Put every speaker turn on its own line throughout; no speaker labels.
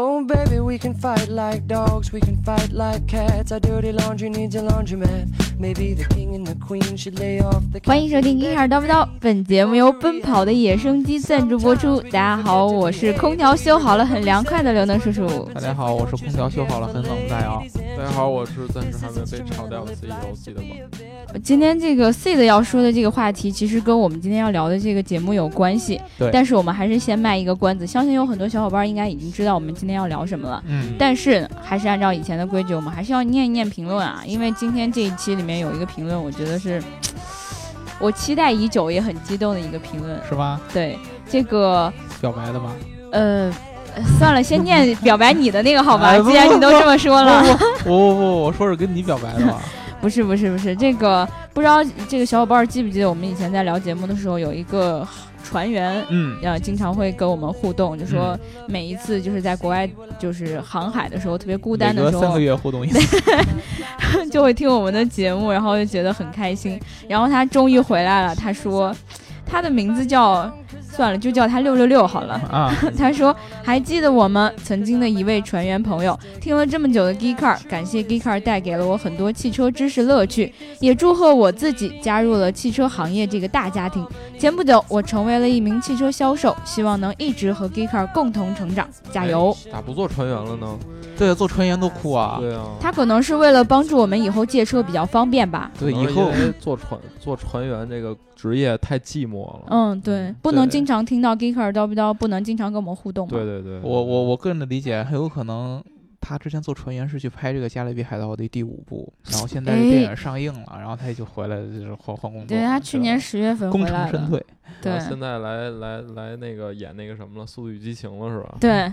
Oh, we can fight like dogs, we can fight like cats. Our dirty laundry needs a laundromat. Maybe the king and the queen should lay off the
欢迎收听《一二叨不叨》，本节目由奔跑的野生鸡赞助播出。大家好，我是空调修好了很凉快的刘能叔叔。
大家好，我是空调修好了很冷的大
啊
姚。
大家好，我是暂时还没被炒掉的 CEO，记得吗？
今天这个 C 的要说的这个话题，其实跟我们今天要聊的这个节目有关系。
对
但是我们还是先卖一个关子，相信有很多小伙伴应该已经知道我们今天要聊什么了。
嗯，
但是呢还是按照以前的规矩，我们还是要念一念评论啊，因为今天这一期里面有一个评论，我觉得是我期待已久也很激动的一个评论。
是吗？
对，这个
表白的吗？
呃，算了，先念表白你的那个好吧，
哎不
既然你都这么说了。
不不不，哦我说是跟你表白 的吧？
不是不是不是，这个不知道这个小伙伴记不记得我们以前在聊节目的时候有一个船员。
嗯，
呃，经常会跟我们互动，就说每一次就是在国外就是航海的时候，特别孤单
每
的
隔
时
三
候
个，月互动一 次。
就会听我们的节目，然后就觉得很开心。然后他终于回来了，他说他的名字叫算了，就叫他六六六好了。
啊，
他说：“还记得我们曾经的一位船员朋友，听了这么久的 Geekcar，感谢 Geekcar 带给了我很多汽车知识乐趣，也祝贺我自己加入了汽车行业这个大家庭。前不久，我成为了一名汽车销售，希望能一直和 Geekcar 共同成长，加油！”
哎
哎
咋不做船员了呢？
对，做传言多酷啊！
对啊，
他可能是为了帮助我们以后借车比较方便吧。
对，以
可能
后
因为做船做船员这个职业太寂寞了。
嗯，对，不能
对
经常听到 Geekcar 叨不叨，不能经常跟我们互动嘛。
对对对，
我我我个人的理解，很有可能他之前做船员是去拍这个《加勒比海盗》的第五部，然后现在这
哎
电影上映了，然后他也就回来就是换换工作。
对他去年
是
十月份回
吧功
来
成身
了。
退。
对
然后啊现在来来来那个演那个什么了，《速度与激情》了是吧？
对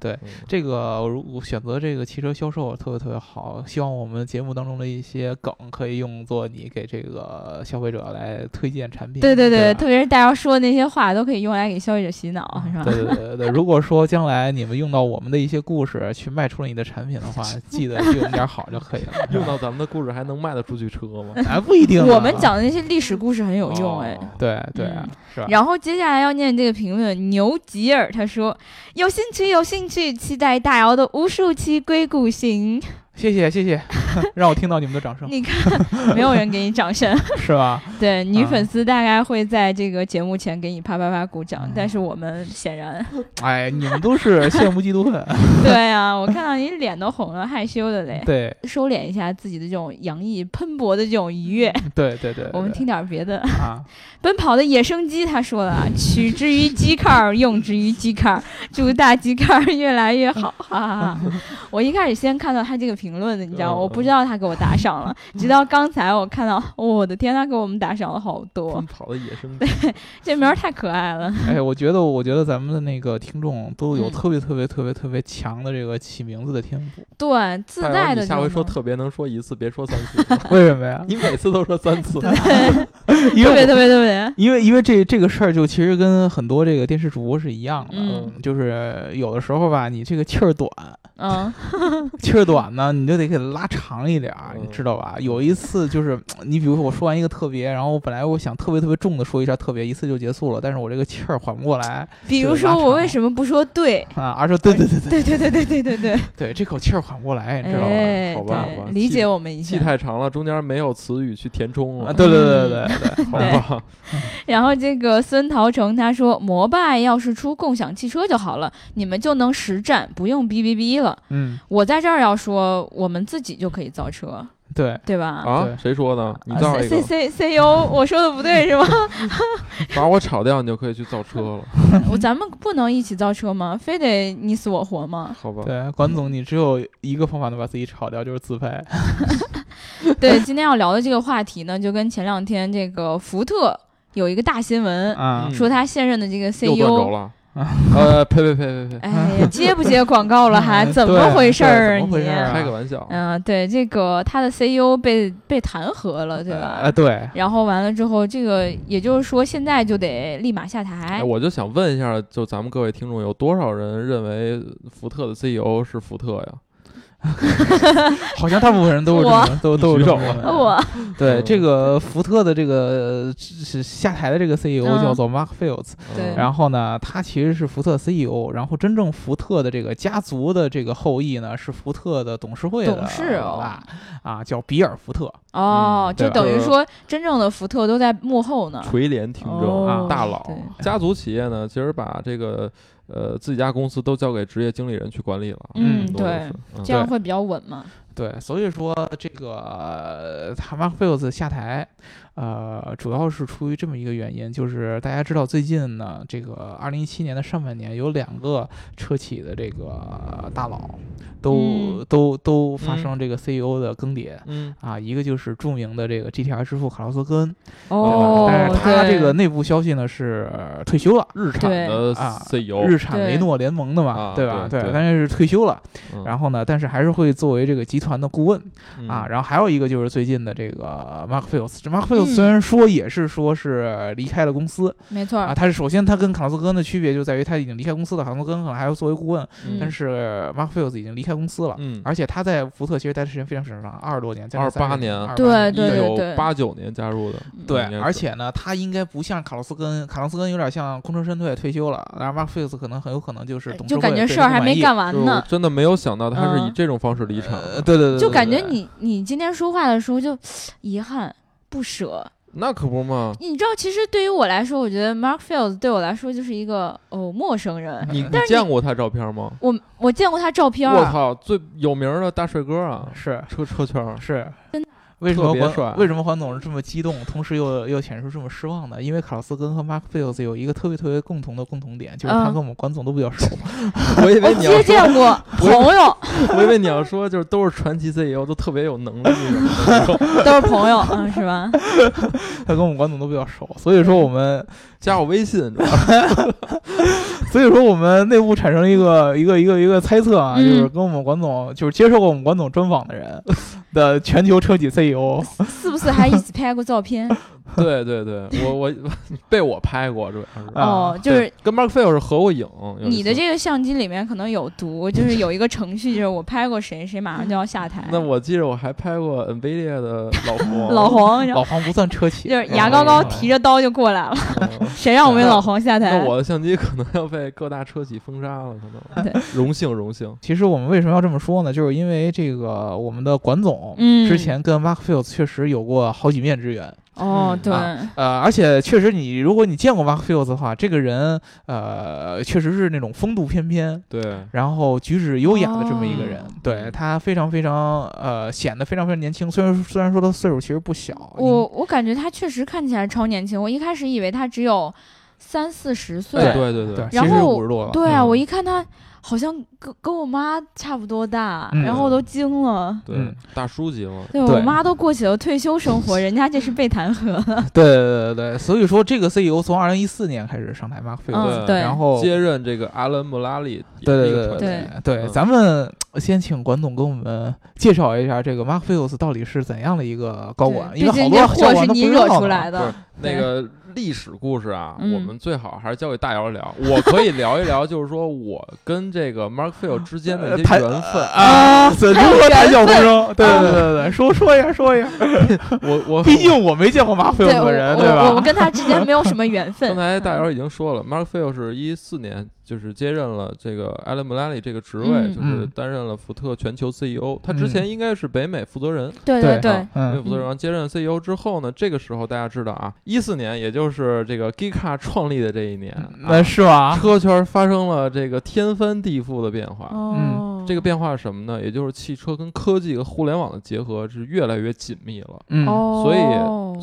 对，
嗯，
这个我如我选择这个汽车销售特别特别好，希望我们节目当中的一些梗可以用作你给这个消费者来推荐产品。
对对对，
对吧
特别是大家说的那些话，都可以用来给消费者洗脑，是吧？
嗯对对对对，如果说将来你们用到我们的一些故事去卖出了你的产品的话，记得对我们点儿好就可以了。
用到咱们的故事还能卖得出去车吗？
哎，不一定啊。
我们讲的那些历史故事很 有用， 哎。
哦
对对啊
嗯，
是吧？
然后接下来要念这个评论，牛吉尔他说：“有兴趣，有兴趣，期待大姚的无数期硅谷 行。
谢谢 谢谢，让我听到你们的掌”声，
你看，没有人给你掌 声。
是吧？
对，女
啊
粉丝大概会在这个节目前给你啪啪啪鼓掌
嗯，
但是我们显 然，
哎，你们都是羡慕嫉妒恨。
对啊，我看到你脸都红了，害羞的嘞。
对
收敛一下自己的这种洋溢喷薄的这种愉悦，
对对嗯对，
我们
对
听点别的。
啊，
奔跑的野生鸡，他说了啊，取之于鸡坎儿，用之于鸡坎儿， 祝大鸡坎儿越来越 好，哈哈哈！我一开始先看到他这个评论的，你知道吗，
嗯
我不知道他给我打赏 了，直到刚才我看到，哦我的天，他给我们打赏了好多
奔，跑的野生鸡，
这名儿太可爱了，
哎，我觉得我觉得咱们的那个听众都有
嗯
特别特别特别特别强的这个起名字的天 赋，
对，自
大
带
姚
的
你
这
下回
种
说
能
特别能说一次，别说三次。
为什么呀？
你每次都说三 次，
因
特
为
别
我
特别特别，
因为因为这这个事儿就其实跟很多这个电视主播是一样的，
嗯
就是有的时候吧，你这个气儿短，
嗯，
气儿短呢，你就得给它拉长一点儿，
嗯
你知道吧？有一次就是，你比如说我说完一个特别，然后我本来我想特别特别重的说一下特别，一次就结束了，但是我这个气儿缓不过来
比如
对拉
说我
长
为什么不说对？
啊，而说对对对对
对对对对对对对，
对，这口气儿缓不过来，你知道吧？
哎，
好吧
对
好吧
理
气
解我们一
气
下。
太长了，中间没有词语去填充
啊，
了，
对对对对对 对，
好吧？
然后这个孙桃成他说，摩拜要是出共享汽车就好了，你们就能实战，不用哔哔哔了。
嗯，
我在这儿要说，我们自己就可以造车，
对，
对吧？
啊，
对
谁说的？你造一
C
个
C C U，我说的不对是吗？
把我炒掉，你就可以去造车了，
我咱们不能一起造车吗？非得你死我活吗？
好吧？
对，管总，你只有一个方法能把自己炒掉，就是自拍。
对，今天要聊的这个话题呢，就跟前两天这个福特有一个大新闻，
啊
嗯
说他现任的这个
又断轴
CEO，
了， 呃，呸呸呸呸呸，
哎呀，接不接广告了还？
嗯
怎么
对
回事
对
儿？
怎么回事儿啊
开个玩笑，
嗯，对，这个他的 CEO 被被弹劾了，对吧？
啊，对，
然后完了之后，这个也就是说，现在就得立马下台
哎，。我就想问一 E 下，就咱们各位听众，有多少人认为福特的 CEO 是福特呀？
好像大部分人都是这
我
么都都是这么
嗯
我
对
嗯
这个福特的这个是下台的这个 CEO
嗯
叫做 Mark Fields，、
对
嗯
然后呢，他其实是福特 CEO，然后真正福特的这个家族的这个后裔呢是福特的董事会的
董事哦
啊啊叫比尔福特，
哦，
嗯对
就
吧
等于说真正的福特都在幕后呢。
垂帘听政
啊哦
啊
大佬
对，
家族企业呢，其实把这个呃自己家公司都交给职业经理人去管理了。
嗯
很多都
对
是，嗯
这样会比较稳嘛？
对，所以说这个他 Mark Fields 下台，呃，主要是出于这么一个原因，就是大家知道最近呢，这个二零一七年的上半年有两个车企的这个大佬都、
嗯
都都发
嗯
生这个 CEO 的更迭。
嗯，
啊，一个就是著名的这个 GTR 之父卡洛斯·根恩，
哦
但是他
对
这个内部消息呢是呃退休了，
日产
对
的 E
啊
CEO，
日产
对
雷诺联盟的嘛，
啊
对吧？
对对
但是退休了，
嗯
然后呢，但是还是会作为这个集团的顾问，
嗯
啊，然后还有一个就是最近的这个 Mark Fields，这 Mark Fields
嗯
虽然说也是说是离开了公司、
没错
啊，
儿，
他是首先他跟卡洛斯根的区别就在于他已经离开公司了，卡洛斯根可能还要作为顾问，
嗯
但是 Mark Fields 已经离开公司了，
嗯，
而且他在福特其实待的时间非常非常长，二十多年，将近
28
30
年
28
对哎对
一
对
九八九年加入的，
嗯
对
应该，是
而且呢，他应该不像卡洛斯根，卡洛斯根有点像功成身退退休了，然后 Mark Fields 可能很有可能就是董事
哎就
会
感觉
对
事
他
儿
不
还
满
没
意
干，完
就我
呢，
真的没有想到他是以
嗯
这种方式离场
呃，
的。
对对对，
就
对
感觉
对
你你今天说话的时候就 遗憾不舍。
那可不嘛，
你知道，其实对于我来说，我觉得 Mark Fields 对我来说就是一个哦陌生人。
你你见过他照片吗？
我我见过他照片
嗯我
儿，
操，最有名儿的大帅哥啊，
是
车车圈 儿
是，
真的
为什
啊特
么
别
环
帅
为什么环总是这么激动，同时又又显示这么失望呢？因为卡洛斯根和 Mark Fields 有一个特别特别共同的共同点，就是他
嗯
跟我们管总都比较熟。
我以
我
为你要
接
说，
见过朋友，
我以为你要说就是都是传奇 CEO，都特别有能力什么的那种。
都是朋友，嗯，是吧？
他跟我们管总都比较熟，所以说我们
加我微信， 你知道吗？
所以说我们内部产生一个一个一个一个猜测啊，
嗯
就是跟我们管总就是接受过我们管总专访的人的全球车企 E CEO，
是不是还一起拍过照片？
对对对，我我 被我拍过，主要是
啊
哦，就是
对跟 Mark Field 是合过影。有一
你的
次
这个相机里面可能有毒，就是有一个程 序，就是我拍过谁，谁马上就要下台。
那我记得我还拍过 NVIDIA 的老黄，
老黄，然后
老黄不算车企，
就是牙膏膏提着刀就过 来了，
嗯
谁让我们老黄下台
那？我的相机可能要被各大车企封杀了，可
对
能。荣幸荣幸，
其实我们为什么要这么说呢？就是因为这个我们的管总
嗯
之前跟 Mark Fields 确实有过好几面之缘。
嗯
哦，对，
啊呃，而且确实你，如果你见过 Mark Fields 的话，这个人呃，确实是那种风度翩翩，
对。
然后举止优雅的这么一个人。
哦
对他非常非常呃，显得非常非常年轻。虽然虽然说他岁数其实不小，
我我感觉他确实看起来超年轻，我一开始以为他只有三四十岁。
哎对对
嗯
对
对，，
然
其实
后
五十多了，
对啊，
嗯
我一看他好像跟跟我妈差不多大，
嗯
然后我都惊了。
对
嗯，
大叔级了。
对我
对
妈都过起了退休生 活，人家这是被弹劾。
对对对对，所以说这个 CEO 从二零一四年开始上台，Mark Fields，、
嗯，对，
然后
接任这个阿伦·穆拉利，
对对对
对
对，
嗯
咱们先请管总给我们介绍一下这个 Mark Fields 到底是怎样的一个高管，
对
因为
毕
好
竟
多
这
高
祸
管
是
都不
你
知
惹
道
出
呢
来
不是
的。对
那个历史故事啊，
嗯
我们最好还是交给大姚聊。我可以聊一聊，就是说我跟这个 Mark Field 之间的一些
谈
缘分。
啊，怎如何谈笑风生？对
啊
对对对，说说一下说一下，
我我
毕竟我没见过马菲
对，
尔
我
本人，
我我们
吧？
跟他之间没有什么缘分
刚。才大姚已经说了，Mark Field 是一四年就是接任了这个 Alan m u l a l y 这个职位，
嗯
就是担任了福特全球 CEO。他之前应该是北美负责人，
对
对
对，
北美
嗯
负责人接任 CEO 之后呢，这个时候大家知道啊，一四年也就是这个 Gika 创立的这一年，
嗯
啊
那是吧？
车圈发生了这个天翻地覆的变化。
哦，
嗯
这个变化是什么呢？也就是汽车跟科技和互联网的结合是越来越紧密了。
嗯，
哦，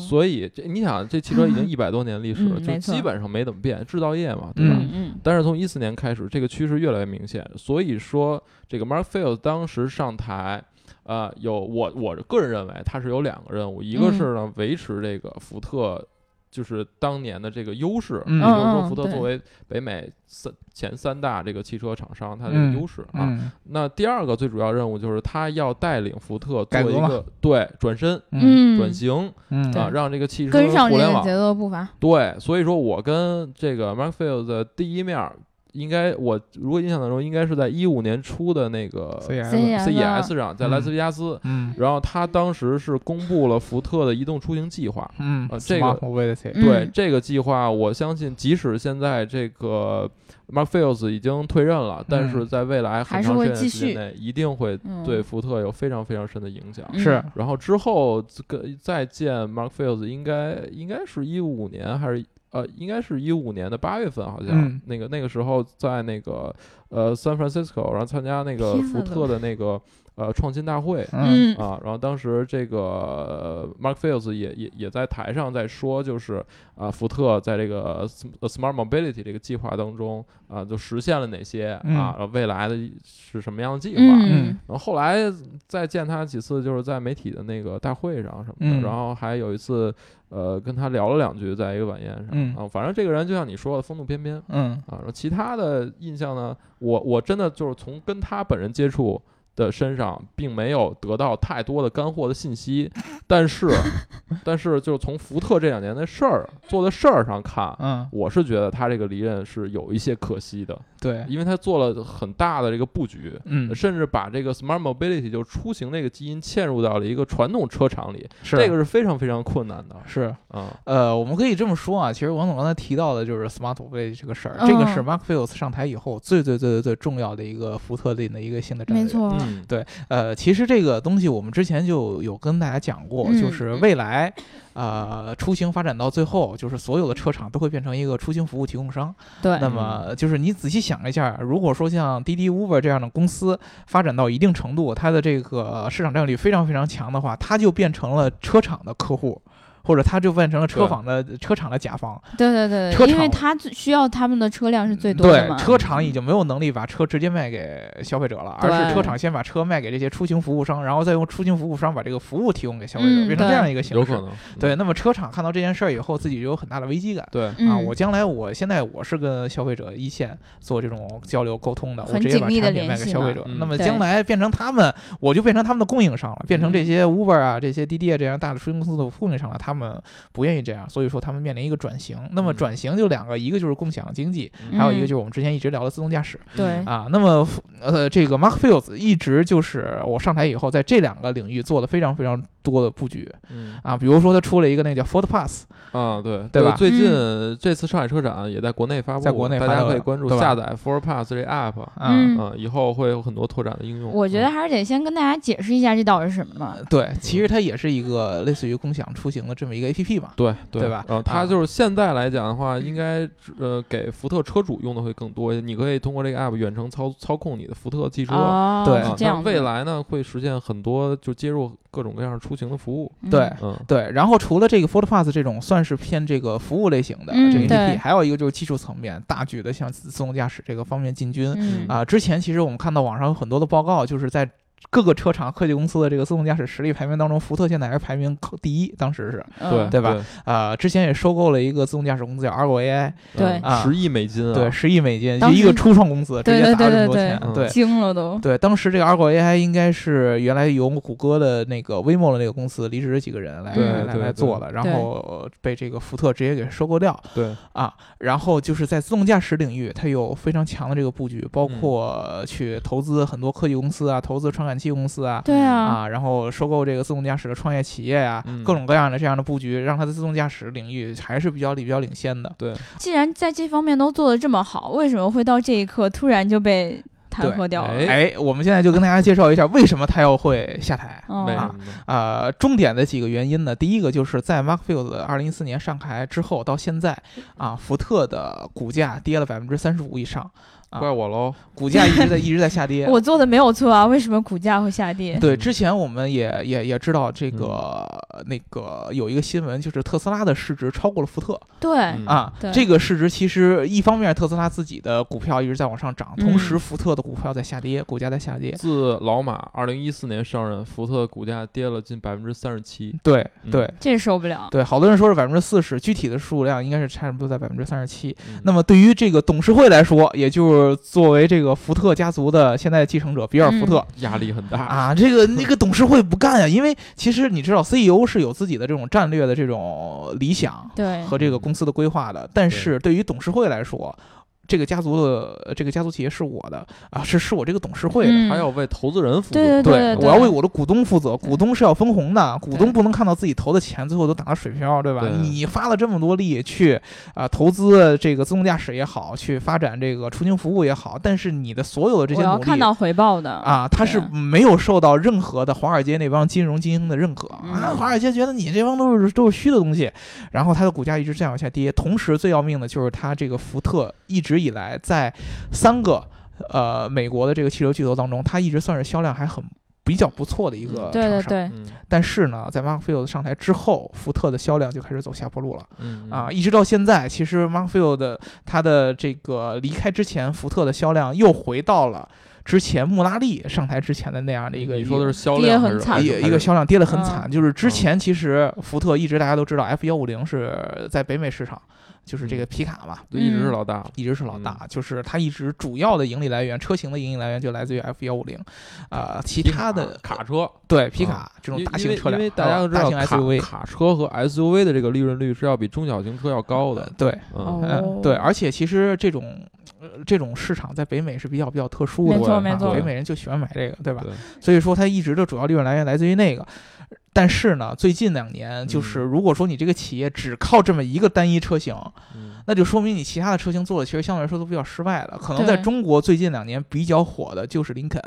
所以所以这你想，这汽车已 经一百多年历史了，
嗯
就
没错
基本上没怎么变，制造业嘛，对吧？
嗯嗯
但是从一四年开始，这个趋势越来越明显。所以说，这个 Mark Field 当时上台，呃，有我我个人认为他是有两个任务，一
嗯
个是呢维持这个福特就是当年的这个优势，
嗯
也就是说
嗯
福特
对
作为北美三前三大这个汽车厂商，它的
嗯
优势啊。
嗯
那第二个最主要任务就是他要带领福特做
改革
一
嘛
个对转身、
嗯，
转型
嗯
对
啊，让这个汽车
跟上
互
这
联
个
网
节奏步伐。
对，所以说我跟这个 Mark Field 的第一面儿应该我如果印象当中，应该是在一五年初的那
啊
个
CM，
CES 上，在
嗯
拉斯维加斯，
嗯
然后他当时是公布了福特的移动出行计划。
嗯
呃这个
Smart mobility，
对
嗯
这个计划，我相信即使现在这个 Mark Fields 已经退任了，但是在未来
嗯还
很
是
长
会
时间
继
时间内，一定会
嗯
对福特有非常非常深的影响。
嗯
是
然后之后这个再见 Mark Fields 应该应该是一五年还是呃应该是一五年的八月份好像、
嗯
那个那个时候在那个呃 San Francisco 然后参加那个
天
福
呐
特的那个呃创新大会。
嗯
嗯
啊，然后当时这个呃 Mark Fields 也也也在台上在说，就是啊，福特在这个 sm- 呃 Smart Mobility 这个计划当中啊，就实现了哪些啊，
嗯
然后未来的是什么样的计划？
嗯
然后后来再见他几次，就是在媒体的那个大会上什么的，
嗯
然后还有一次，呃，跟他聊了两句，在一个晚宴上、
嗯
啊，反正这个人就像你说的，风度翩翩
嗯
啊。然后其他的印象呢，我我真的就是从跟他本人接触的身上，并没有得到太多的干货的信息，但是但是就是从福特这两年的事儿做的事儿上看。
嗯，
我是觉得他这个离任是有一些可惜的，
对，
因为他做了很大的这个布局，
嗯
甚至把这个 smart mobility 就出行这个基因嵌入到了一个传统车厂里，
是
这个是非常非常困难的
是
哦
啊。
呃，我们可以这么说啊，其实王总刚才提到的就是 Smart Way 这个事儿，这个是
嗯
Mark Fields 上台以后最最最最最重要的一个福特的一个新的战略。
没。错，
嗯，
呃，其实这个东西我们之前就有跟大家讲过，
嗯
就是未来，呃，出行发展到最后，就是所有的车厂都会变成一个出行服务提供商。
对嗯
那么就是你仔细想一下，如果说像滴滴、Uber 这样的公司发展到一定程度，它的这个市场占有率非常非常强的话，它就变成了车厂的客户。或者它就变成了车
对
坊的车厂的甲方，
对对对
车
对，因为
厂
他最需要他们的车辆是最多的嘛，嗯
对，车厂已经没有能力把车直接卖给消费者了，而是
对
车厂先把车卖给这些出行服务商，然后再用出行服务商把这个服务提供给消费者，
嗯
变成
对
这样一个形式。
有可。能，嗯
对，那么车厂看到这件事儿以后，自己就有很大的危机感。
对，
嗯
啊，我将来我现在我是跟消费者一线做这种交流沟通的，我
很
直接把
紧密地
产品卖
联
给
系
消
嘛
费者。
嗯
那么
对
将来变成他们，我就变成他们的供应商了，变成这
嗯
些 Uber 啊、这些滴滴啊这样大的出行公司的供应商了。他们不愿意这样，所以说他们面临一个转型。那么
嗯
转型就两个，一个就是共享经济，
嗯
还有一个
嗯
就是我们之前一直聊的自动驾驶。
对
啊，那么呃，这个 Mark Fields 一直就是我上台以后，在这两个领域做了非常非常多的布局
嗯
啊，比如说他出了一个那个叫 Ford Pass，
啊，对
对吧
最近
嗯
这次上海车展也在国内发布，
在国内发
大
布
家可以关注
对吧
下载 For Pass 这 app
啊，
嗯
啊，以后会有很多拓展的应用。嗯
我觉得还是得先跟大家解释一下这到底是什么嘛。
对，其实它也是一个类似于共享出行的这么一个 APP 嘛。
对
对吧
然后
啊
它就是现在来讲的话，应该
嗯
呃给福特车主用的会更多一些。你可以通过这个 app 远程操操控你的福特汽车，
哦，
对
啊
是这
那
样的。
未来呢，会实现很多就接入各种各样出行的服务。
嗯
对
嗯，
对，然后除了这个 Ford Pass 这种算是偏这个服务类型的
嗯
这个
对
APP，还有一个就是技术层面，大举的向自动驾驶这个方面进军。
嗯
啊，之前其实我们看到网上有很多的报告，就是在各个车厂、科技公司的这个自动驾驶实力排名当中，福特现在还是排名第一，当时是。
对
嗯
对吧？啊，之前也收购了一个自动驾驶公司叫 Argo AI，
对
啊
嗯十亿美金啊，
对，十亿美金，
当
就
时
一个初创公司，直
对
接
对
砸了这么
对
多
对
钱，
对
对。
惊了都。
对，当时这个 Argo AI 应该是原来由谷歌的那个 Waymo 的那个公司离职的几个人来
对
来
对
来
对
做了，然
嗯对
后被这个福特直接给收购掉
对
啊。然后就是在自动驾驶领域，它有非常强的这个布局，包
嗯
括去投资很多科技公司啊，投资传感器公司啊，
对啊，
啊，然后收购这个自动驾驶的创业企业呀、
嗯
各种各样的这样的布局，让它的自动驾驶领域还是比较比较领先的。
对，
既然在这方面都做得这么好，为什么会到这一刻突然就被弹
对
劾掉了？
哎
哎，我们现在就跟大家介绍一下为什么它要会下台。
为什
哦，
么呢？
呃，重点的几个原因呢，第一个就是在 Mark Field 二零一四年上台之后到现在，啊，福特的股价跌了百分之三十五以上，啊
怪我喽，
股价一直在一直在下跌。
我做的没有错啊，为什么股价会下跌？
对，
嗯
之前我们也也也知道这个、那个有一个新闻，就是特斯拉的市值超过了福特，
对
嗯
啊
对，
这个市值其实一方面特斯拉自己的股票一直在往上涨，同时
嗯
福特的股票在下跌，股价在下跌。
自老马二零一四年上任，福特股价跌了近百分之三十七。
对
嗯
对
这受不了。
对，好多人说是百分之四十，具体的数量应该是差不多在百分之三十七。
嗯
那么对于这个董事会来说，也就是作为这个福特家族的现在的继承者比尔·福特。
压力很
嗯
大，
啊，这个那个董事会不干啊呀，因为其实你知道，CEO 是有自己的这种战略的这种理想
对，
和这个公司的规划的，但是对于董事会来说，这个家族的呃这个家族企业是我的啊，是是我这个董事会的。
嗯
还要为投资人负责。
对对对
我要为我的股东负责，股东是要分红的，股东不能看到自己投的钱最后都打到水漂，对吧？
对
你花了这么多力去啊、投资这个自动驾驶也好，去发展这个出行服务也好，但是你的所有的这
我
些
要
努
看
力
到回报的，
啊，他是
对
没有受到任何的华尔街那帮金融精英的认可
嗯
啊。华尔街觉得你这帮都是都是虚的东西，然后它的股价一直这样往下跌。同时，最要命的就是它这个福特一直以来在三个呃美国的这个汽车巨头当中，它一直算是销量还很。比较不错的一个
对对
厂商，
对，
嗯
但是呢，在 Mark Field 上台之后，福特的销量就开始走下坡路了。
嗯
啊，，一直到现在，其实 Mark Field 的他的这个离开之前，福特的销量又回到了之前穆拉利上台之前的那样的一个
嗯你说的是销
跌
量还
很
是
惨
还
一
是
个
还
一个
是
销量跌得很
嗯
惨，就是之
嗯
前其实福特一直大家都知道 F 幺五零是在北美市场，就是
嗯
这个皮卡嘛，
一
嗯
直是老大。
一直是老
嗯
大，就是它一直主要的盈利来源，车型的盈利来源就来自于 F 幺五零，啊，其
皮
他的
卡卡车，
对皮
嗯
卡这种
因
大
因
型
为
车辆，啊
因为大家都知道
大型 SUV
卡卡车和 SUV 的这个利润率是要比中小型车要高
呃
的。
对，
嗯，
嗯，对，而且其实这种、呃、这种市场在北美是比较比较特殊的，
没错
啊
没错
北美人就喜欢买这个，对吧？
对
所以说它一直的主要利润来源来自于那个。但是呢，最近两年
嗯
就是，如果说你这个企业只靠这么一个单一车型，
嗯
那就说明你其他的车型做的其实相对来说都比较失败了。可能
对
在中国最近两年比较火的就是林肯。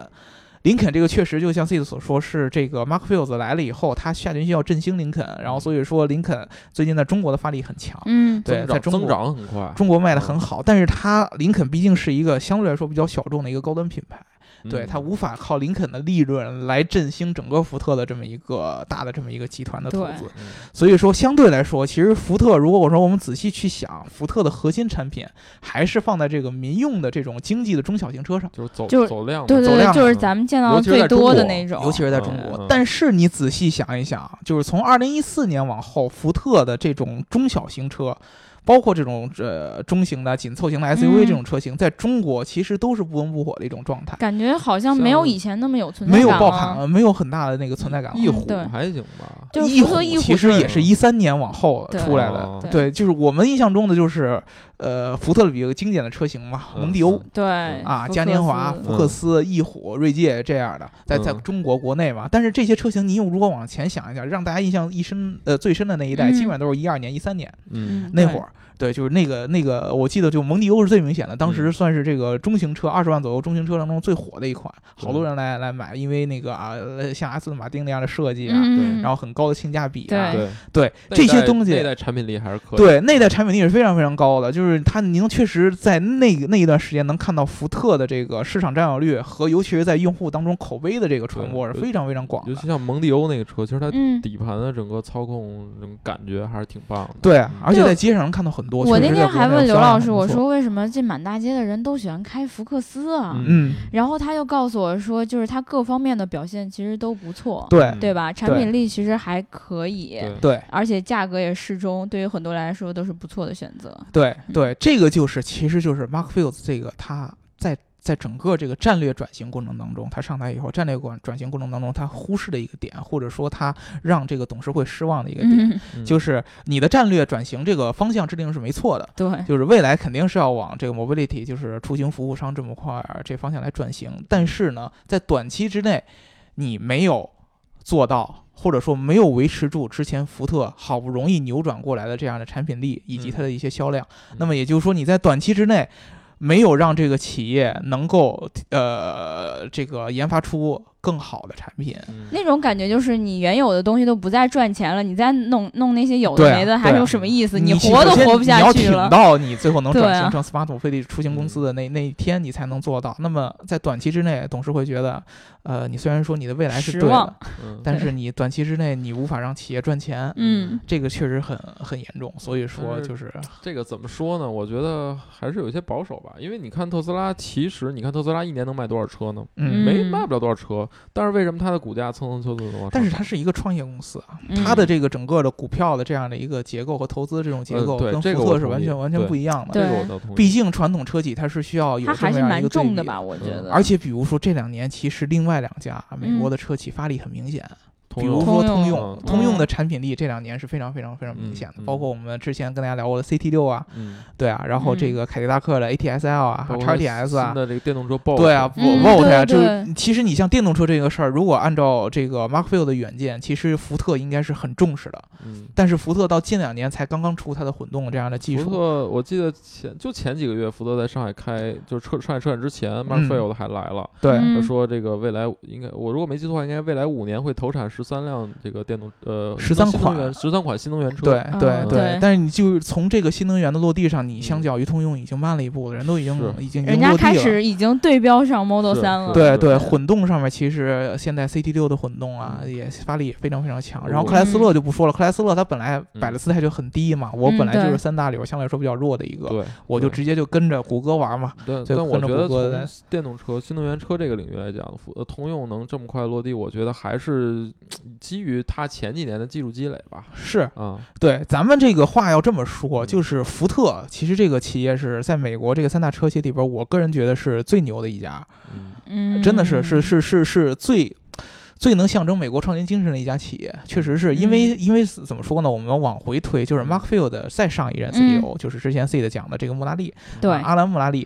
林肯这个确实就像 C 所说，是这个 Mark Fields 来了以后，他下决心要振兴林肯，然后所以说林肯最近在中国的发力很强，
嗯，
对，
增
在
长
中国
增长很快，
中国卖的很好，但是它林肯毕竟是一个相对来说比较小众的一个高端品牌，对
嗯
它无法靠林肯的利润来振兴整个福特的这么一个大的这么一个集团的投
对
资，
嗯
所以说相对来说，其实福特如果我说我们仔细去想，福特的核心产品还是放在这个民用的这种经济的中小型车上。
就是走
就是
走量嘛，
对
走
对
量
对，就是
嗯
咱们见到
尤
的
其是
最
在中
多的
国
那种，
尤其是在中国
嗯嗯，
但是你仔细想一想，就是从二零一四年往后，福特的这种中小型车，包括这种呃中型的紧凑型的 SUV
嗯
这种车型，在中国其实都是不温不火的一种状态，
感觉好像没有
像
以前那么有存在
没
感
有
了。
爆款，没有很大的那个存在感了。
一虎
对
还行吧，
就是
翼
福特翼虎
其实嗯
是
也是一三年往后出来的，
哦
对，就是我们印象中的就是，呃，福特的比较经典的车型嘛，
嗯
蒙迪欧，
对
啊，
福
嘉
克
年华、
斯嗯
福克斯、翼虎、锐界这样的，在在
嗯
中国国内嘛。但是这些车型，你如果往前想一下，让大家印象一深呃最深的那一代，
嗯
基本上都是一二年、一三年
嗯，
那会，儿。对，就是那个那个，我记得就蒙迪欧是最明显的，当时
嗯
算是这个中型车二十万左右中型车当中最火的一款，好多
对
人来来买，因为那个啊，呃像阿斯顿马丁那样的设计
对
啊，
嗯，
然后很高的性价比啊，
对
对
对这些东
那
西，
代产品力还是可以，
对，那代产品力是非常非常高的，就是它您确实在那个那一段时间能看到福特的这个市场占有率和尤其是在用户当中口碑的这个传播是
对
非常非常广
尤
的
其。像蒙迪欧那个车，其实它
嗯，
底盘的整个操控，整个感觉还是挺棒的。
对，而且
对
在街上能看到很多。
我
确
那
实
天
在国
还
内
问
销
刘
量
老
很
师，
不
我
错，
说为什么这满大街的人都喜欢开福克斯啊？
嗯
嗯，
然后他就告诉我说，就是他各方面的表现其实都不错，
对
嗯
对吧？产
对
品力其实还可以，
对
对
而且价格也适中，对于很多人来说都是不错的选择。
对
嗯
对，这个就是其实就是 Mark Fields 这个他在在整个这个战略转型过程当中，他上台以后战略转转型过程当中，他忽视的一个点，或者说他让这个董事会失望的一个点，
嗯，
嗯
就是你的战略转型这个方向制定是没错的，
对，
就是未来肯定是要往这个 mobility，就是出行服务商这么块儿这方向来转型。但是呢，在短期之内，你没有做到，或者说没有维持住之前福特好不容易扭转过来的这样的产品力以及它的一些销量。
嗯
那么也就是说，你在短期之内。没有让这个企业能够呃这个研发出更好的产品，
嗯
那种感觉就是你原有的东西都不再赚钱了，你再弄弄那些有
对
的
啊
没的，
对
还有
啊
什么意思？
你其
活都
首先
活不
你
下
要
去
挺
了。
到你最后能
对
转
啊嗯
型成 smart 飞利出行公司的那那一天，你才能做到。那么在短期之内，董事会觉得，呃，你虽然说你的未来是
失
对的
望，
嗯
但是你短期之内你无法让企业赚钱，
嗯，
这个确实很很严重。所以说
但是
就是，
这个怎么说呢？我觉得还是有些保守吧，因为你看特斯拉，其实你看特斯拉一年能卖多少车呢？
嗯，
没
嗯
卖不了多少车，但是为什么它的股价蹭蹭蹭蹭蹭往上
但是它是一个创业公司啊，
嗯
它的这个整个的股票的这样的一个结构和投资这种结
呃
构
对
跟
这个
福
我
特是
同
完
意
全完全
对
不一样
这
的。
个我倒同意，
毕竟传统车企它是需要有
它
这
还
么
是
样一
蛮
个对
重的
比
吧？我觉
嗯
得，
啊而且比如说这两年，其实另外两家美国的车企发力很明显，
通
比如
用
说
嗯通
通
用
用
嗯，
通
嗯
用的产品力这两年是非常非常非常明显的，
嗯嗯
包括我们之前跟大家聊过的 CT 六啊，
嗯，
对啊，然后这
嗯
个凯迪拉克的 ATS L 啊
包括
叉 t s 啊
新，的这个电动车 b o s
对啊
嗯
，Volt 呀，
对
就
对
是其实你像电动车这个事儿，如果按照这个 Mark Field 的远见，其实福特应该是很重视的。
嗯，
但是福特到近两年才刚刚出它的混动这样的技
福
术，
特，我记得前就前几个月，福特在上海开，就是车上海车展之前，Mark
嗯
Field 还来了，
对
嗯
他说这个未来应该，我如果没记错的话，应该未来五年会投产十三辆这个电动呃
13款
十三款新能源车。啊
对对
嗯对
对。但是你就是从这个新能源的落地上，你相
嗯
较于通用已经慢了一步了，人都已经
是
已经已
人
经
家
落
开
地了。
始已经对标上 Model
是
三
是
了。
对
对
对，
对
混动上面其实现在 CT 六的混动啊，
嗯
也发力也非常非常强。然后
我
克莱斯勒就不说了，克莱斯勒它本来摆的
哦嗯
姿态就很低嘛，我本
嗯
来就
对
是三大里边相对来说比较弱的一个，
对，
我就
对
直接就跟着谷歌玩嘛。
但
就
但我
跟
觉
着
得
谷歌的
从电动车、新能源车这个领域来讲，福呃通用能这么快落地，我觉得还是嗯基于它前几年的技术积累吧。
是，
啊，
对，咱们这个话要这么说，
嗯
就是福特其实这个企业是在美国这个三大车企里边，我个人觉得是最牛的一家，
嗯，
嗯，
真的是是是是是最。最能象征美国创新精神的一家企业，确实是因
嗯
为、因为怎么说呢？我们往回推，就是 Mark Field 再上一任 CEO，、就是之前 C 的讲的这个穆拉利，
嗯对
啊阿兰穆拉利，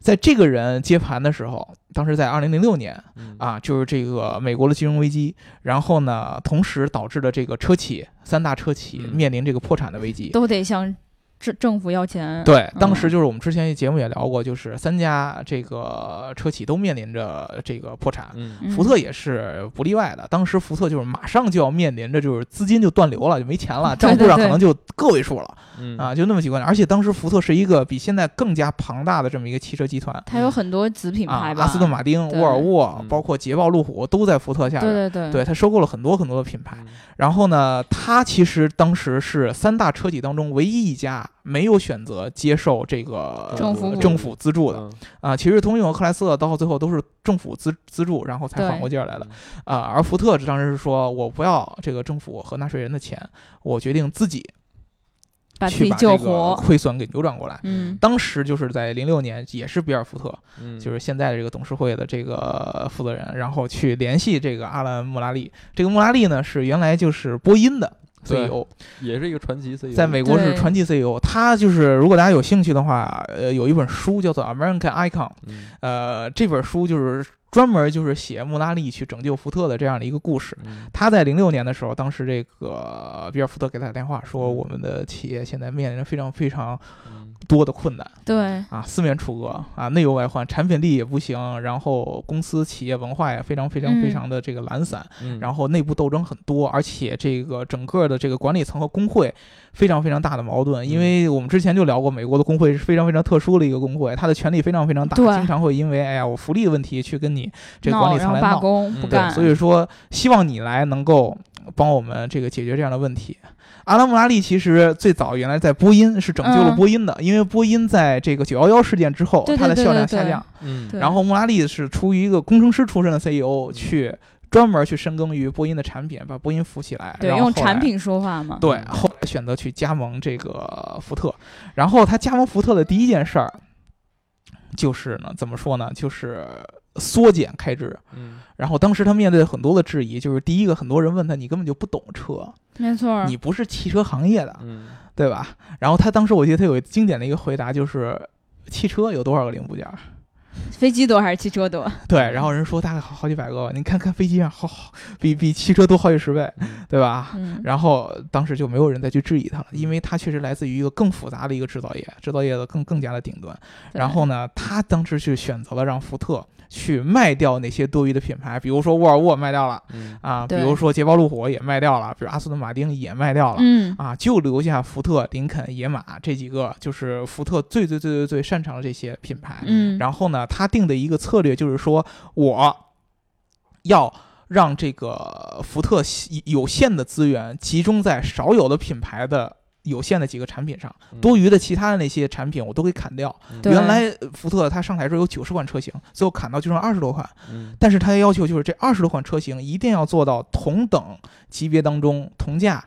在这个人接盘的时候，当时在二零零六年
嗯，
啊，就是这个美国的金融危机，然后呢，同时导致了这个车企三大车企
嗯
面临这个破产的危机，
都得向政政府要钱。
对，当时
嗯
就是我们之前节目也聊过，就是三家这个车企都面临着这个破产，
嗯，
嗯，
福特也是不例外的。当时福特就是马上就要面临着就是资金就断流了，就没 钱了，
对
账户上
对
可
对
能就个位数了
嗯，
啊，就那么几个人。而且当时福特是一个比现在更加庞大的这么一个汽车集团
它有很多子品
啊
牌，吧，
阿斯顿马丁、
对
沃尔沃
嗯，
包括捷豹、路虎都在福特下边。
对对
对，
对，
他收购了很多很多的品
嗯
牌。然后呢，他其实当时是三大车企当中唯一一家没有选择接受这个
政府补
政府资助的
嗯
啊、其实通用和克莱斯勒到最后都是政府资资助，然后才
对
缓过劲儿来的
嗯
啊、而福特当时是说我不要这个政府和纳税人的钱，我决定自己
把自
去
己
把
救
这个
活。
亏损给扭转过来。
嗯，
当时就是在零六年，也是比尔福特，
嗯，
就是现在这个董事会的这个负责人，然后去联系这个阿兰穆拉利。这个穆拉利呢是原来就是波音的
对
CEO，
也是一个传奇 CEO，
在美国是
对
传奇 CEO。他就是如果大家有兴趣的话，呃，有一本书叫做《American Icon》，
嗯，
呃，这本书就是专门就是写穆拉利去拯救福特的这样的一个故事。
嗯
他在零六年的时候，当时这个比尔福特给他打电话说，
嗯
我们的企业现在面临着非常非常
嗯
多的困难。
对，
啊，四面楚歌啊，内忧外患，产品力也不行，然后公司企业文化也非常非常非
嗯
常的这个懒散，
嗯，
然后内部斗争很多，而且这个整个的这个管理层和工会非常非常大的矛盾，因
嗯
为我们之前就聊过，美国的工会是非常非常特殊的一个工会，它的权力非常非常大，
对
经常会因为哎呀我福利问题去跟你这个管
闹
理
然
层
后
来
罢
闹，
工不
嗯
对
干，，
所以说希望你来能够帮我们这个解决这样的问题。阿拉穆拉利其实最早原来在波音是拯救了
嗯
波音的，因为波音在这个九幺幺事件之后
对，对
它的
对
销
对
量
对
下降，
嗯
对
然后穆拉利是出于一个工程师出身的 CEO
嗯
去专门去深耕于波音的产品，把波音扶起来，
对
然后
用
后来
产。品说话嘛。
对，后来选择去加盟这个福特，然后他加盟福特的第一件事儿，就是呢，怎么说呢，就是缩减开支。
嗯
然后当时他面对很多的质疑，就是第一个，很多人问他，你根本就不懂车，
没错儿，
你不是汽车行业的，
嗯
对吧？然后他当时我记得他有经典的一个回答就是。汽车有多少个零部件儿？
飞机多还是汽车多？
对，然后人说大概好好几百个吧。你看看飞机上，好好比比汽车多好几十倍，
嗯
对吧？
嗯，
然后当时就没有人再去质疑他了，因为他确实来自于一个更复杂的一个制造业，制造业的更更加的顶端。
对
然后呢，他当时是选择了让福特去卖掉那些多余的品牌，比如说沃尔沃卖掉了，
嗯
啊，比
对
如说捷豹路虎也卖掉了，比如阿斯顿马丁也卖掉了。
嗯，
啊，就留下福特、林肯、野马这几个，就是福特最最最最最擅长的这些品牌。
嗯
然后呢，他定的一个策略就是说，我要让这个福特系有限的资源集中在少有的品牌的有限的几个产品上，多余的其他的那些产品我都给砍掉。
对
原来呃福特它上台时候有九十款车型，最后砍到就剩二十多款。
嗯
但是它的要求就是这二十多款车型一定要做到同等级别当中同价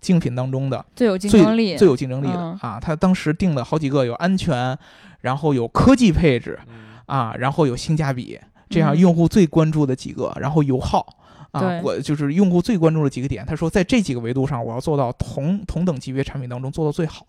竞品当中的
最有竞
最
争力，
最有竞争力的、
嗯
啊。它当时定了好几个，有安全，然后有科技配置
嗯
啊，然后有性价比，这样
嗯
用户最关注的几个，然后油耗。啊
对，
我就是用户最关注的几个点。他说，在这几个维度上，我要做到同同等级别产品当中做到最好。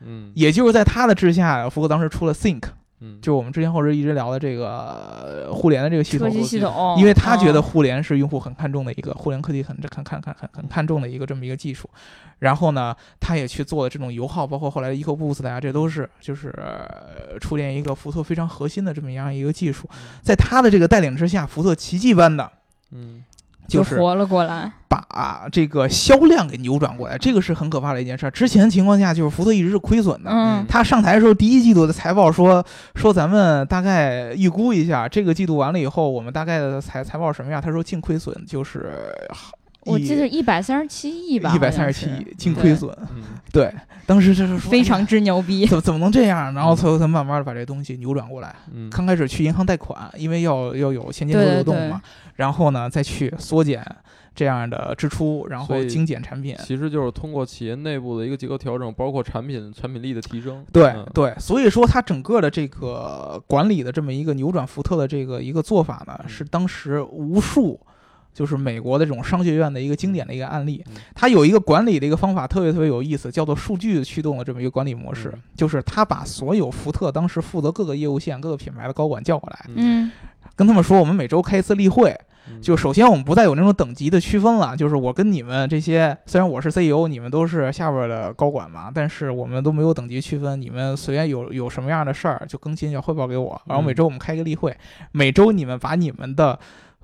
嗯
也就是在他的之下，福克当时出了 Think，
嗯，
就是我们之前后边一直聊的这个呃互联的这个系
科
统。
技系统，
因为他觉得
哦
互联是用户很看重的一个，互联科技很很看看很很看重的一个这么一个技术，然后呢，他也去做了这种油耗，包括后来的 EcoBoost 呀、这都是就是呃触电一个福特非常核心的这么样一个技术，在他的这个带领之下，福特奇迹般的
嗯
就
就是
活了过来，
把这个销量给扭转过来，这个是很可怕的一件事儿。之前情况下，就是福特一直是亏损的。
嗯
他上台的时候，第一季度的财报说说咱们大概预估一下，这个季度完了以后，我们大概的财财报是什么样？他说净亏损就是一，
我记得一百三十七亿吧，
一百
好像
三十
是
七亿净亏损。
嗯
对，当时这是说
非
哎
常嗯
呀
之牛逼。
怎么怎么能这样？然后最后他慢慢的把这东西扭转过来。
嗯，
刚开始去银行贷款，因为要要有现金流
对对
流动
对
嘛，然后呢再去缩减这样的支出，然
所
后
以
精简产品。
其实就是通过企业内部的一个结构调整，包括产品产品力的提升。
对
嗯
对，所以说它整个的这个管理的这么一个扭转福特的这个一个做法呢，
嗯
是当时无数就是美国的这种商学院的一个经典的一个案例
嗯。
它有一个管理的一个方法特别特别有意思，叫做数据驱动的这么一个管理模式
嗯，
就是他把所有福特当时负责各个业务线、各个品牌的高管叫过来，
嗯，
跟他们说，我们每周开一次例会，
嗯
就首先我们不再有那种等级的区分了，就是我跟你们这些，虽然我是 CEO，你们都是下边的高管嘛，但是我们都没有等级区分，你们随便有有什么样的事儿就更新要汇报给我，然后
嗯
每周我们开一个例会，每周你们把你们的。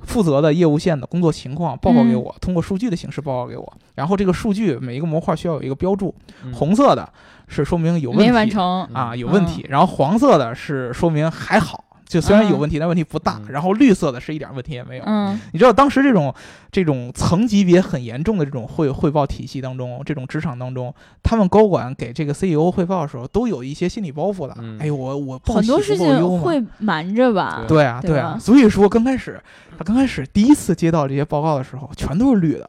负责的业务线的工作情况报告给我，通过数据的形式报告给我。然后这个数据每一个模块需要有一个标注，
嗯
红色的是说明有问题，
没完成，
啊，
嗯
有问题。然后黄色的是说明还好，就虽然有问题，但问题不大。
嗯
然后绿色的是一点问题也没有。
嗯，
你知道当时这种这种层级别很严重的这种汇汇报体系当中，这种职场当中，他们高管给这个 CEO 汇报的时候，都有一些心理包袱的。
嗯
哎呦，我我报
很多
喜
事
不报忧
情
嘛
会瞒着吧，
对啊，
对
对
吧
啊，所以说刚开始，他刚开始第一次接到这些报告的时候，全都是绿的。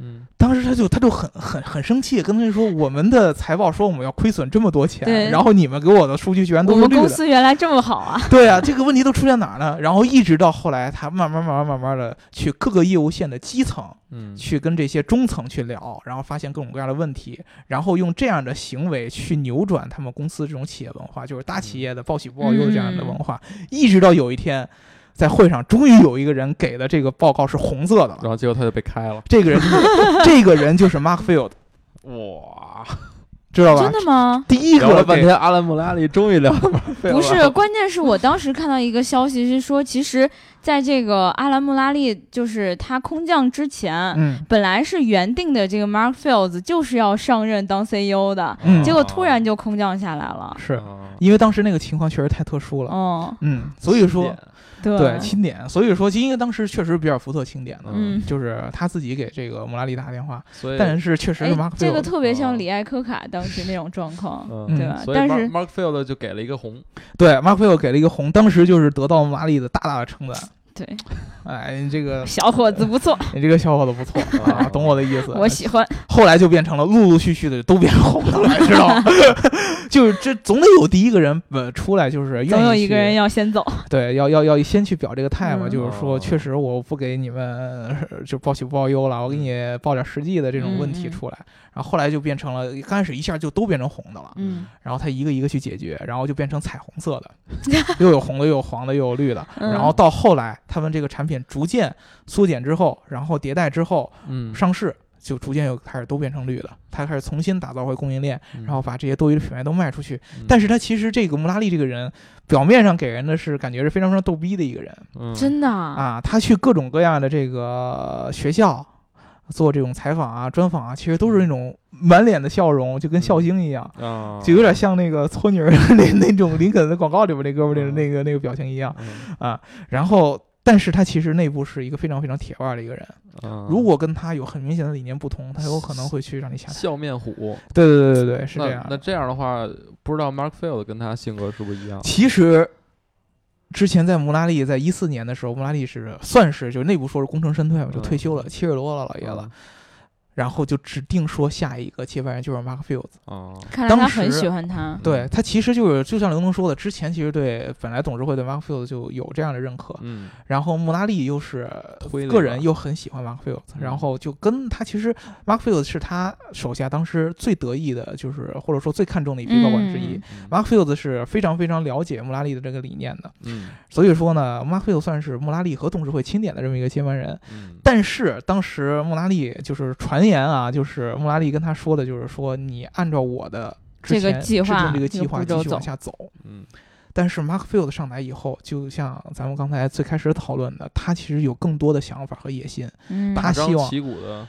嗯
当时他就他就很很很生气，跟他说：“我们的财报说我们要亏损这么多
对
钱，然后你们给我的数据居然
我
都是
们
绿的。”
公司原来这么好啊，
对啊，这个问题都出在哪儿呢？然后一直到后来，他慢慢、慢慢、慢慢的去各个业务线的基层
嗯
去跟这些中层去聊，然后发现各种各样的问题，然后用这样的行为去扭转他们公司这种企业文化，就是大企业的报喜不报忧这样的文化。
嗯
一直到有一天，在会上终于有一个人给的这个报告是红色的
然
了，
后结果他就被开了，
这个 人就是这个人就是 Mark Field，
哇！
知道吧
真？的吗？
第一
聊
个
了半
给
天，阿兰穆拉里终于聊到马菲了
不是，关键是我当时看到一个消息是说，其实在这个阿兰穆拉利就是他空降之前，
嗯
本来是原定的这个 Mark Fields 就是要上任当 CEO 的，
嗯
结果突然就空降下来了。
是
啊
因为当时那个情况确实太特殊了，
哦，
嗯，所以说。
对
对，钦点。所以说，因为当时确实比尔福特钦点的，
嗯，
就是他自己给这个莫拉利打电话，
所以
但是确实
哎
是马克，菲
这
尔
个特别像
嗯
里艾科卡当时那种状况，
嗯
对吧？
所以
但是
Mark Mark Field 就给了一个红，
对马克菲尔给了一个红，当时就是得到莫拉利的大大的称赞。
对
哎，你这个
小伙子不错，
你这个小伙子 不错啊，懂我的意思。
我喜欢。
后来就变成了陆陆续续的都变红的了，知道吗？ 就是这总得有第一个人呃出来，就是
总
愿
有
意
一个
去
人要先走。
对，要要要先去表这个态嘛，
嗯
就是说，
哦
确实我不给你们呃就报喜不报忧了，我给你报点实际的这种问
嗯
题
嗯
出来。然后后来就变成了，刚开始一下就都变成红的了，
嗯
然后他一个一个去解决，然后就变成彩虹色 的，又有红的，又有黄的，又有绿的。
嗯
然后到后来，他们这个产品逐渐缩减之后，然后迭代之后
嗯
上市。就逐渐又开始都变成绿的，他开始重新打造回供应链，
嗯
然后把这些多余的品牌都卖出去。但是他其实这个穆拉利这个人，表面上给人的是感觉是非常非常逗逼的一个人
嗯
真的啊，
啊，他去各种各样的这个学校做这种采访啊、专访啊，其实都是那种满脸的笑容，
嗯
就跟笑星一样，
啊，
就有点像那个搓泥儿那那种林肯的广告里边那哥们儿那个
嗯
那个那个表情一样
嗯
啊。然后，但是他其实内部是一个非常非常铁腕儿的一个人，
啊
如果跟他有很明显的理念不同，他有可能会去让你下台。
笑面虎
对对对对对，是这
那
样
那
的。
这样的话，不知道 Mark Field 跟他性格是不是一样？
其实之前在穆拉利，在一四
嗯
年的时候，穆拉利是算是就内部说是功成身退嘛，就退休了，七十多了老爷子。然后就指定说下一个接班人就是 Mark Fields。
啊，
看来他
当时
很喜欢
嗯
他。
对他其实就是就像刘能说的，之前其实对本来董事会对 Mark Fields 就有这样的认可，
嗯，
然后穆拉利又是
推了
个
一
人
把
又很喜欢 Mark Fields，
嗯
然后就跟他其实 Mark Fields 是他手下当时最得意的，就是或者说最看重的一批高管之一。
嗯
Mark Fields 是非常非常了解穆拉利的这个理念的，
嗯
所以说呢，Mark Fields 算是穆拉利和董事会钦点的这么一个接班人。
嗯
但是当时穆拉利就是传言啊，就是穆拉利跟他说的，就是说你按照我的之
这个
前
计划
制定这个
这
计
个
划
步骤
继续往
走
下走。
嗯
但是 Mark Field 上台以后，就像咱们刚才最开始讨论的，他其实有更多的想法和野心，
嗯，
他
张
希望
旗鼓的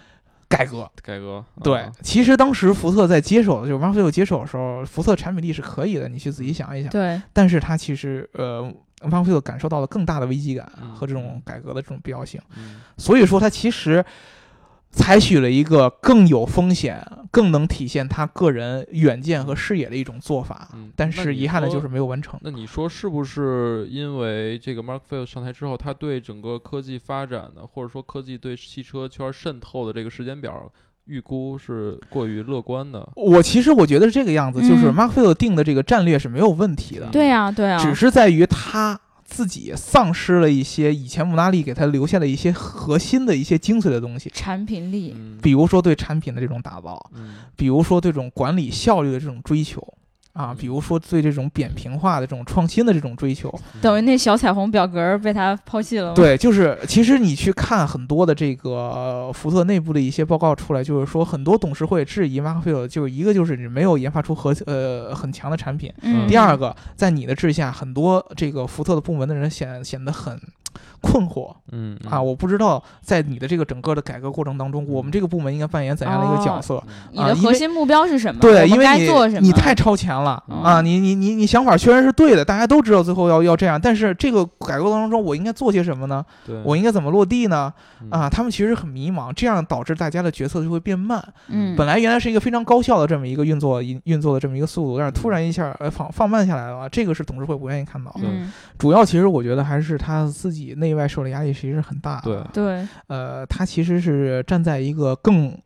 改革。
改革，啊
对，其实当时福特在接手的，就是 Mark Field 接手的时候，福特产品力是可以的，你去仔细想一想。
对，
但是他其实呃，Mark Field 感受到了更大的危机感
嗯
和这种
嗯
改革的这种必要性，
嗯
所以说他其实。采取了一个更有风险、更能体现他个人远见和视野的一种做法，
嗯
但
那
是
你
遗憾的
说
就是没有完成。
那你说是不是因为这个 Mark Field 上台之后，他对整个科技发展呢，或者说科技对汽车圈渗透的这个时间表预估是过于乐观的？
我其实我觉得是这个样子，就是
嗯
Mark Field 定的这个战略是没有问题的，
对啊呀，对呀，
只是在于他自己丧失了一些以前穆拉利给他留下的一些核心的一些精髓的东西，
产品力，
嗯，
比如说对产品的这种打造，
嗯
比如说对这种管理效率的这种追求。啊，比如说对这种扁平化的这种创新的这种追求，
等于那小彩虹表格儿被他抛弃了吗？
对，就是其实你去看很多的这个、呃福特内部的一些报告出来，就是说很多董事会质疑马克菲尔，就是一个就是你没有研发出核呃很强的产品，
嗯，
第二个，在你的治下，很多这个福特的部门的人显显得很困惑
嗯
啊！我不知道在你的这个整个的改革过程当中，我们这个部门应该扮演怎样的一个角色？
嗯
你的
啊因
核
为
心目标是什么？哦我
对，
们
因为
该
你
做什么？哦
你太超前了、
嗯
啊！你你你你想法虽然是对的，大家都知道最后要要这样，但是这个改革过程当中，我应该做些什么呢？
对，
嗯
我应该怎么落地呢？
嗯
啊，，他们其实很迷茫，这样导致大家的决策就会变慢。
嗯，
本来原来是一个非常高效的这么一个运作运运作的这么一个速度，但是突然一下呃放放慢下来了，这个是董事会不愿意看到的。
嗯
主要其实我觉得还是他自己内外受的压力其实是很大的。
对
对，
呃，他其实是站在一个更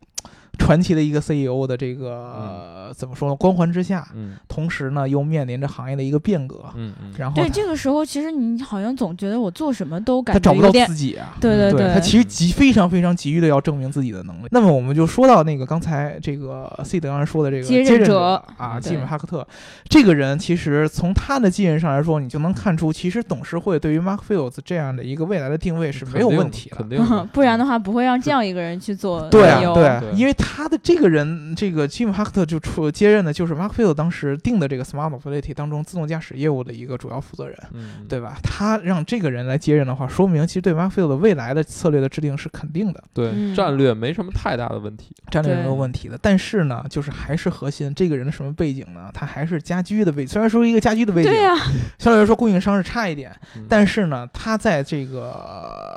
传奇的一个 CEO 的这个、呃怎么说呢光环之下，
嗯
同时呢又面临着行业的一个变革，
嗯嗯，
然后
对，
他
这个时候其实你好像总觉得我做什么都
他
感觉
找不
有
到
点，
自己啊。
对
嗯
对
对他其实急非常非常急于的要证明自己的能力。那么我们就说到那个刚才这个 C 德刚才说的这个
接任
任
者
啊，
对
吉姆哈克特这个人，其实从他的继任上来说，你就能看出，其实董事会对于 Mark Fields 这样的一个未来的定位是没有问题的
肯。定的
，不然的话不会让这样一个人去做
对啊
CEO
对啊
嗯对，
因为他的这个人，这个吉姆哈克特就出接任的就是 Mark Fields 当时定的这个 Smart Mobility 当中自动驾驶业务的一个主要负责人。
嗯，
对吧？他让这个人来接任的话，说明其实对 Mark Field 的未来的策略的制定是肯定的。
对，
嗯
战略没什么太大的问题，
战略没有
对
问题的。但是呢，就是还是核心，这个人的什么背景呢？他还是家居的背景，虽然说一个家居的背景，
对呀，啊
相对来说供应商是差一点，
嗯
但是呢，他在这个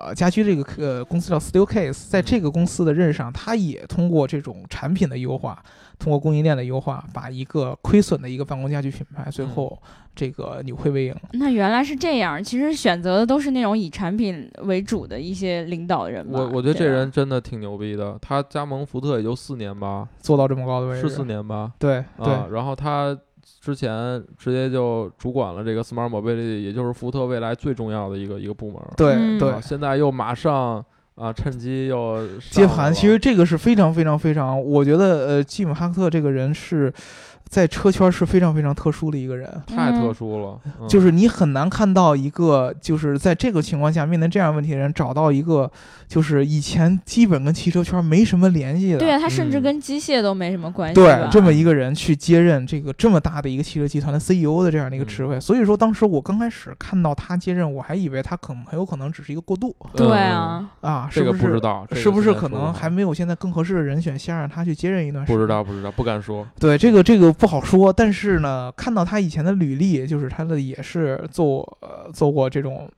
呃家居这个呃公司叫 Steelcase，在这个公司的任上，他也通过这种产品的优化，通过供应链的优化，把一个亏损的一个办公家居品牌，最后这个扭亏为盈。
那原来是这样，其实选择的都是那种以产品为主的一些领导人吧。
我我觉得这
对
啊
吧
人真的挺牛逼的，他加盟福特也就四年吧，
做到这么高的位置，
是四年吧，
对对、
啊，然后他之前直接就主管了这个 Smart Mobility，也就是福特未来最重要的一个一个部门儿。
对、
嗯
对
啊，现在又马上啊，趁机又上
接
来了
盘，其实这个是非常非常非常，我觉得呃，吉姆哈克特这个人是在车圈是非常非常特殊的一个人，
太特
嗯
殊了，嗯
就是你很难看到一个就是在这个情况下面临这样问题的人找到一个就是以前基本跟汽车圈没什么联系的，
对啊，他甚至
嗯
跟机械都没什么关系
对啊
吧。
这么一个人去接任这个这么大的一个汽车集团的 CEO 的这样
嗯
的一个职位，所以说当时我刚开始看到他接任，我还以为他可能很有可能只是一个过渡
对
嗯，
啊，
啊，
这
是
个
不
不
是
知？道，这个
是不是
现在
可
说
能
不好
还没有现在更合适的人选，先让他去接任一段时间？
不知道，不知道，不敢说。
对，这个这个不好说，但是呢，看到他以前的履历，就是他的也是做呃做过这种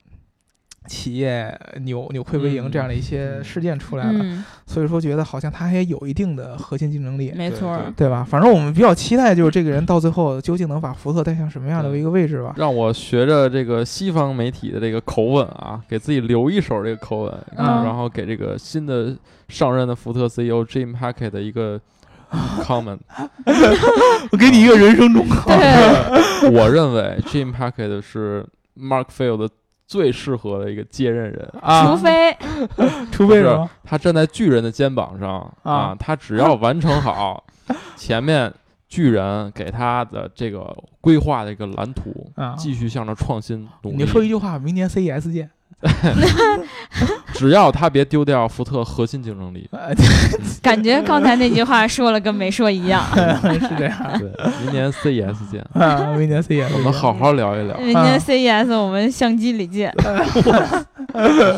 企业扭扭亏为盈这样的一些
嗯
事件出来了，
嗯，
所以说觉得好像他也有一定的核心竞争力。
没错儿，
对
对吧？反正我们比较期待，就是这个人到最后究竟能把福特带向什么样的
对
一个位置吧。
让我学着这个西方媒体的这个口吻啊，给自己留一手这个口吻，
嗯
然后给这个新的上任的福特 CEO Jim Hackett 的 一个 comment。嗯
我给你一个人生忠告，
对，
我认为 Jim Hackett 是 Mark Field 最适合的一个接任人。
除
啊，
非
除非
是
什么？
他站在巨人的肩膀上
啊
啊，他只要完成好前面巨人给他的这个规划的一个蓝图，
啊，
继续向着创新努力。
你就说一句话，明年 CES 见。，
只要他别丢掉福特核心竞争力
呃，
感觉刚才那句话说了跟没说一样。
是这样
对，明年 CES 见，
啊，明年 CES
我们好好聊一聊，
人家 CES 我们相机里见。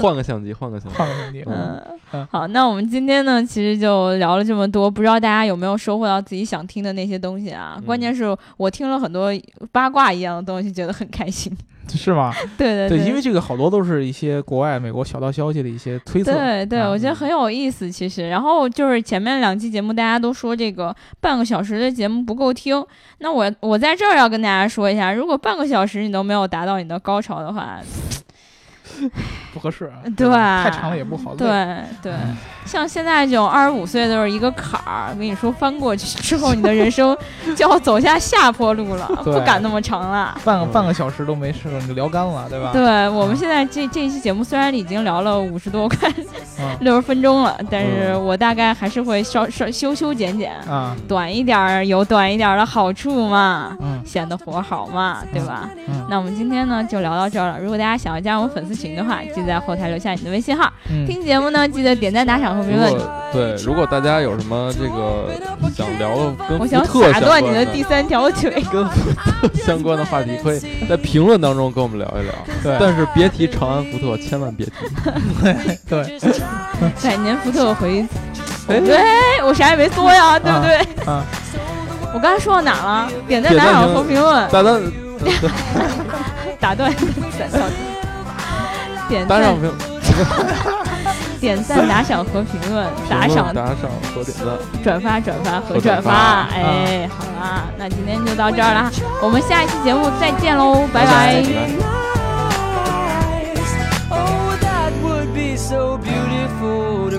换个相机，换个相机。
换个场景
嗯
嗯，
好，那我们今天呢，其实就聊了这么多，不知道大家有没有收获到自己想听的那些东西啊？
嗯
关键是我听了很多八卦一样的东西，觉得很开心。
是吗？
对对
对，因为这个好多都是一些国外美国小道消息的一些推测。
对对，
啊
我觉得很有意思。其实，然后就是前面两期节目大家都说这个半个小时的节目不够听，那我我在这儿要跟大家说一下，如果半个小时你都没有达到你的高潮的话，
不合适啊，
对
太长了也不好。累，嗯
对 对，像现在这种二十五岁都是一个坎儿，我跟你说，翻过去之后，你的人生就要走下下坡路了，
对啊
不敢那么长了。
半个半个小时都没事了，你就聊干了，对吧？
对我们现在这这一期节目虽然已经聊了五十多快
嗯
六十分钟了，但是
嗯
我大概还是会稍稍修修剪剪，
啊，
短一点儿有短一点儿的好处嘛，
嗯
显得活好嘛，对吧？
嗯
那我们今天呢就聊到这儿了。如果大家想要加我们粉丝群的话，记得在后台留下你的微信号。
嗯，
听节目呢，记得点赞、打赏和评
如
论。
果对，如果大家有什么这个想聊的跟
我
福
想
特
打
相
断
关
你的第三条腿。
跟福特 相关的话题，可以在评论当中跟我们聊一聊，
对
但是别提长安福特，千万别 提。
对，
百年福特回，
哎
对我啥也没说呀，对不对？
啊，
我刚才说到哪儿了？点赞、
点
打
赞
赏和评论，
大家
打断 你的三条腿。点
打赏
赞、
评
点赞、打赏和评论，打赏
评论、打赏和点赞，
转发、转发和
和
转
转发啊
发。哎，好啦，那今天就到这儿啦，我们下一期节目再见喽，拜拜。
拜
Nice. Oh, that would be so beautiful to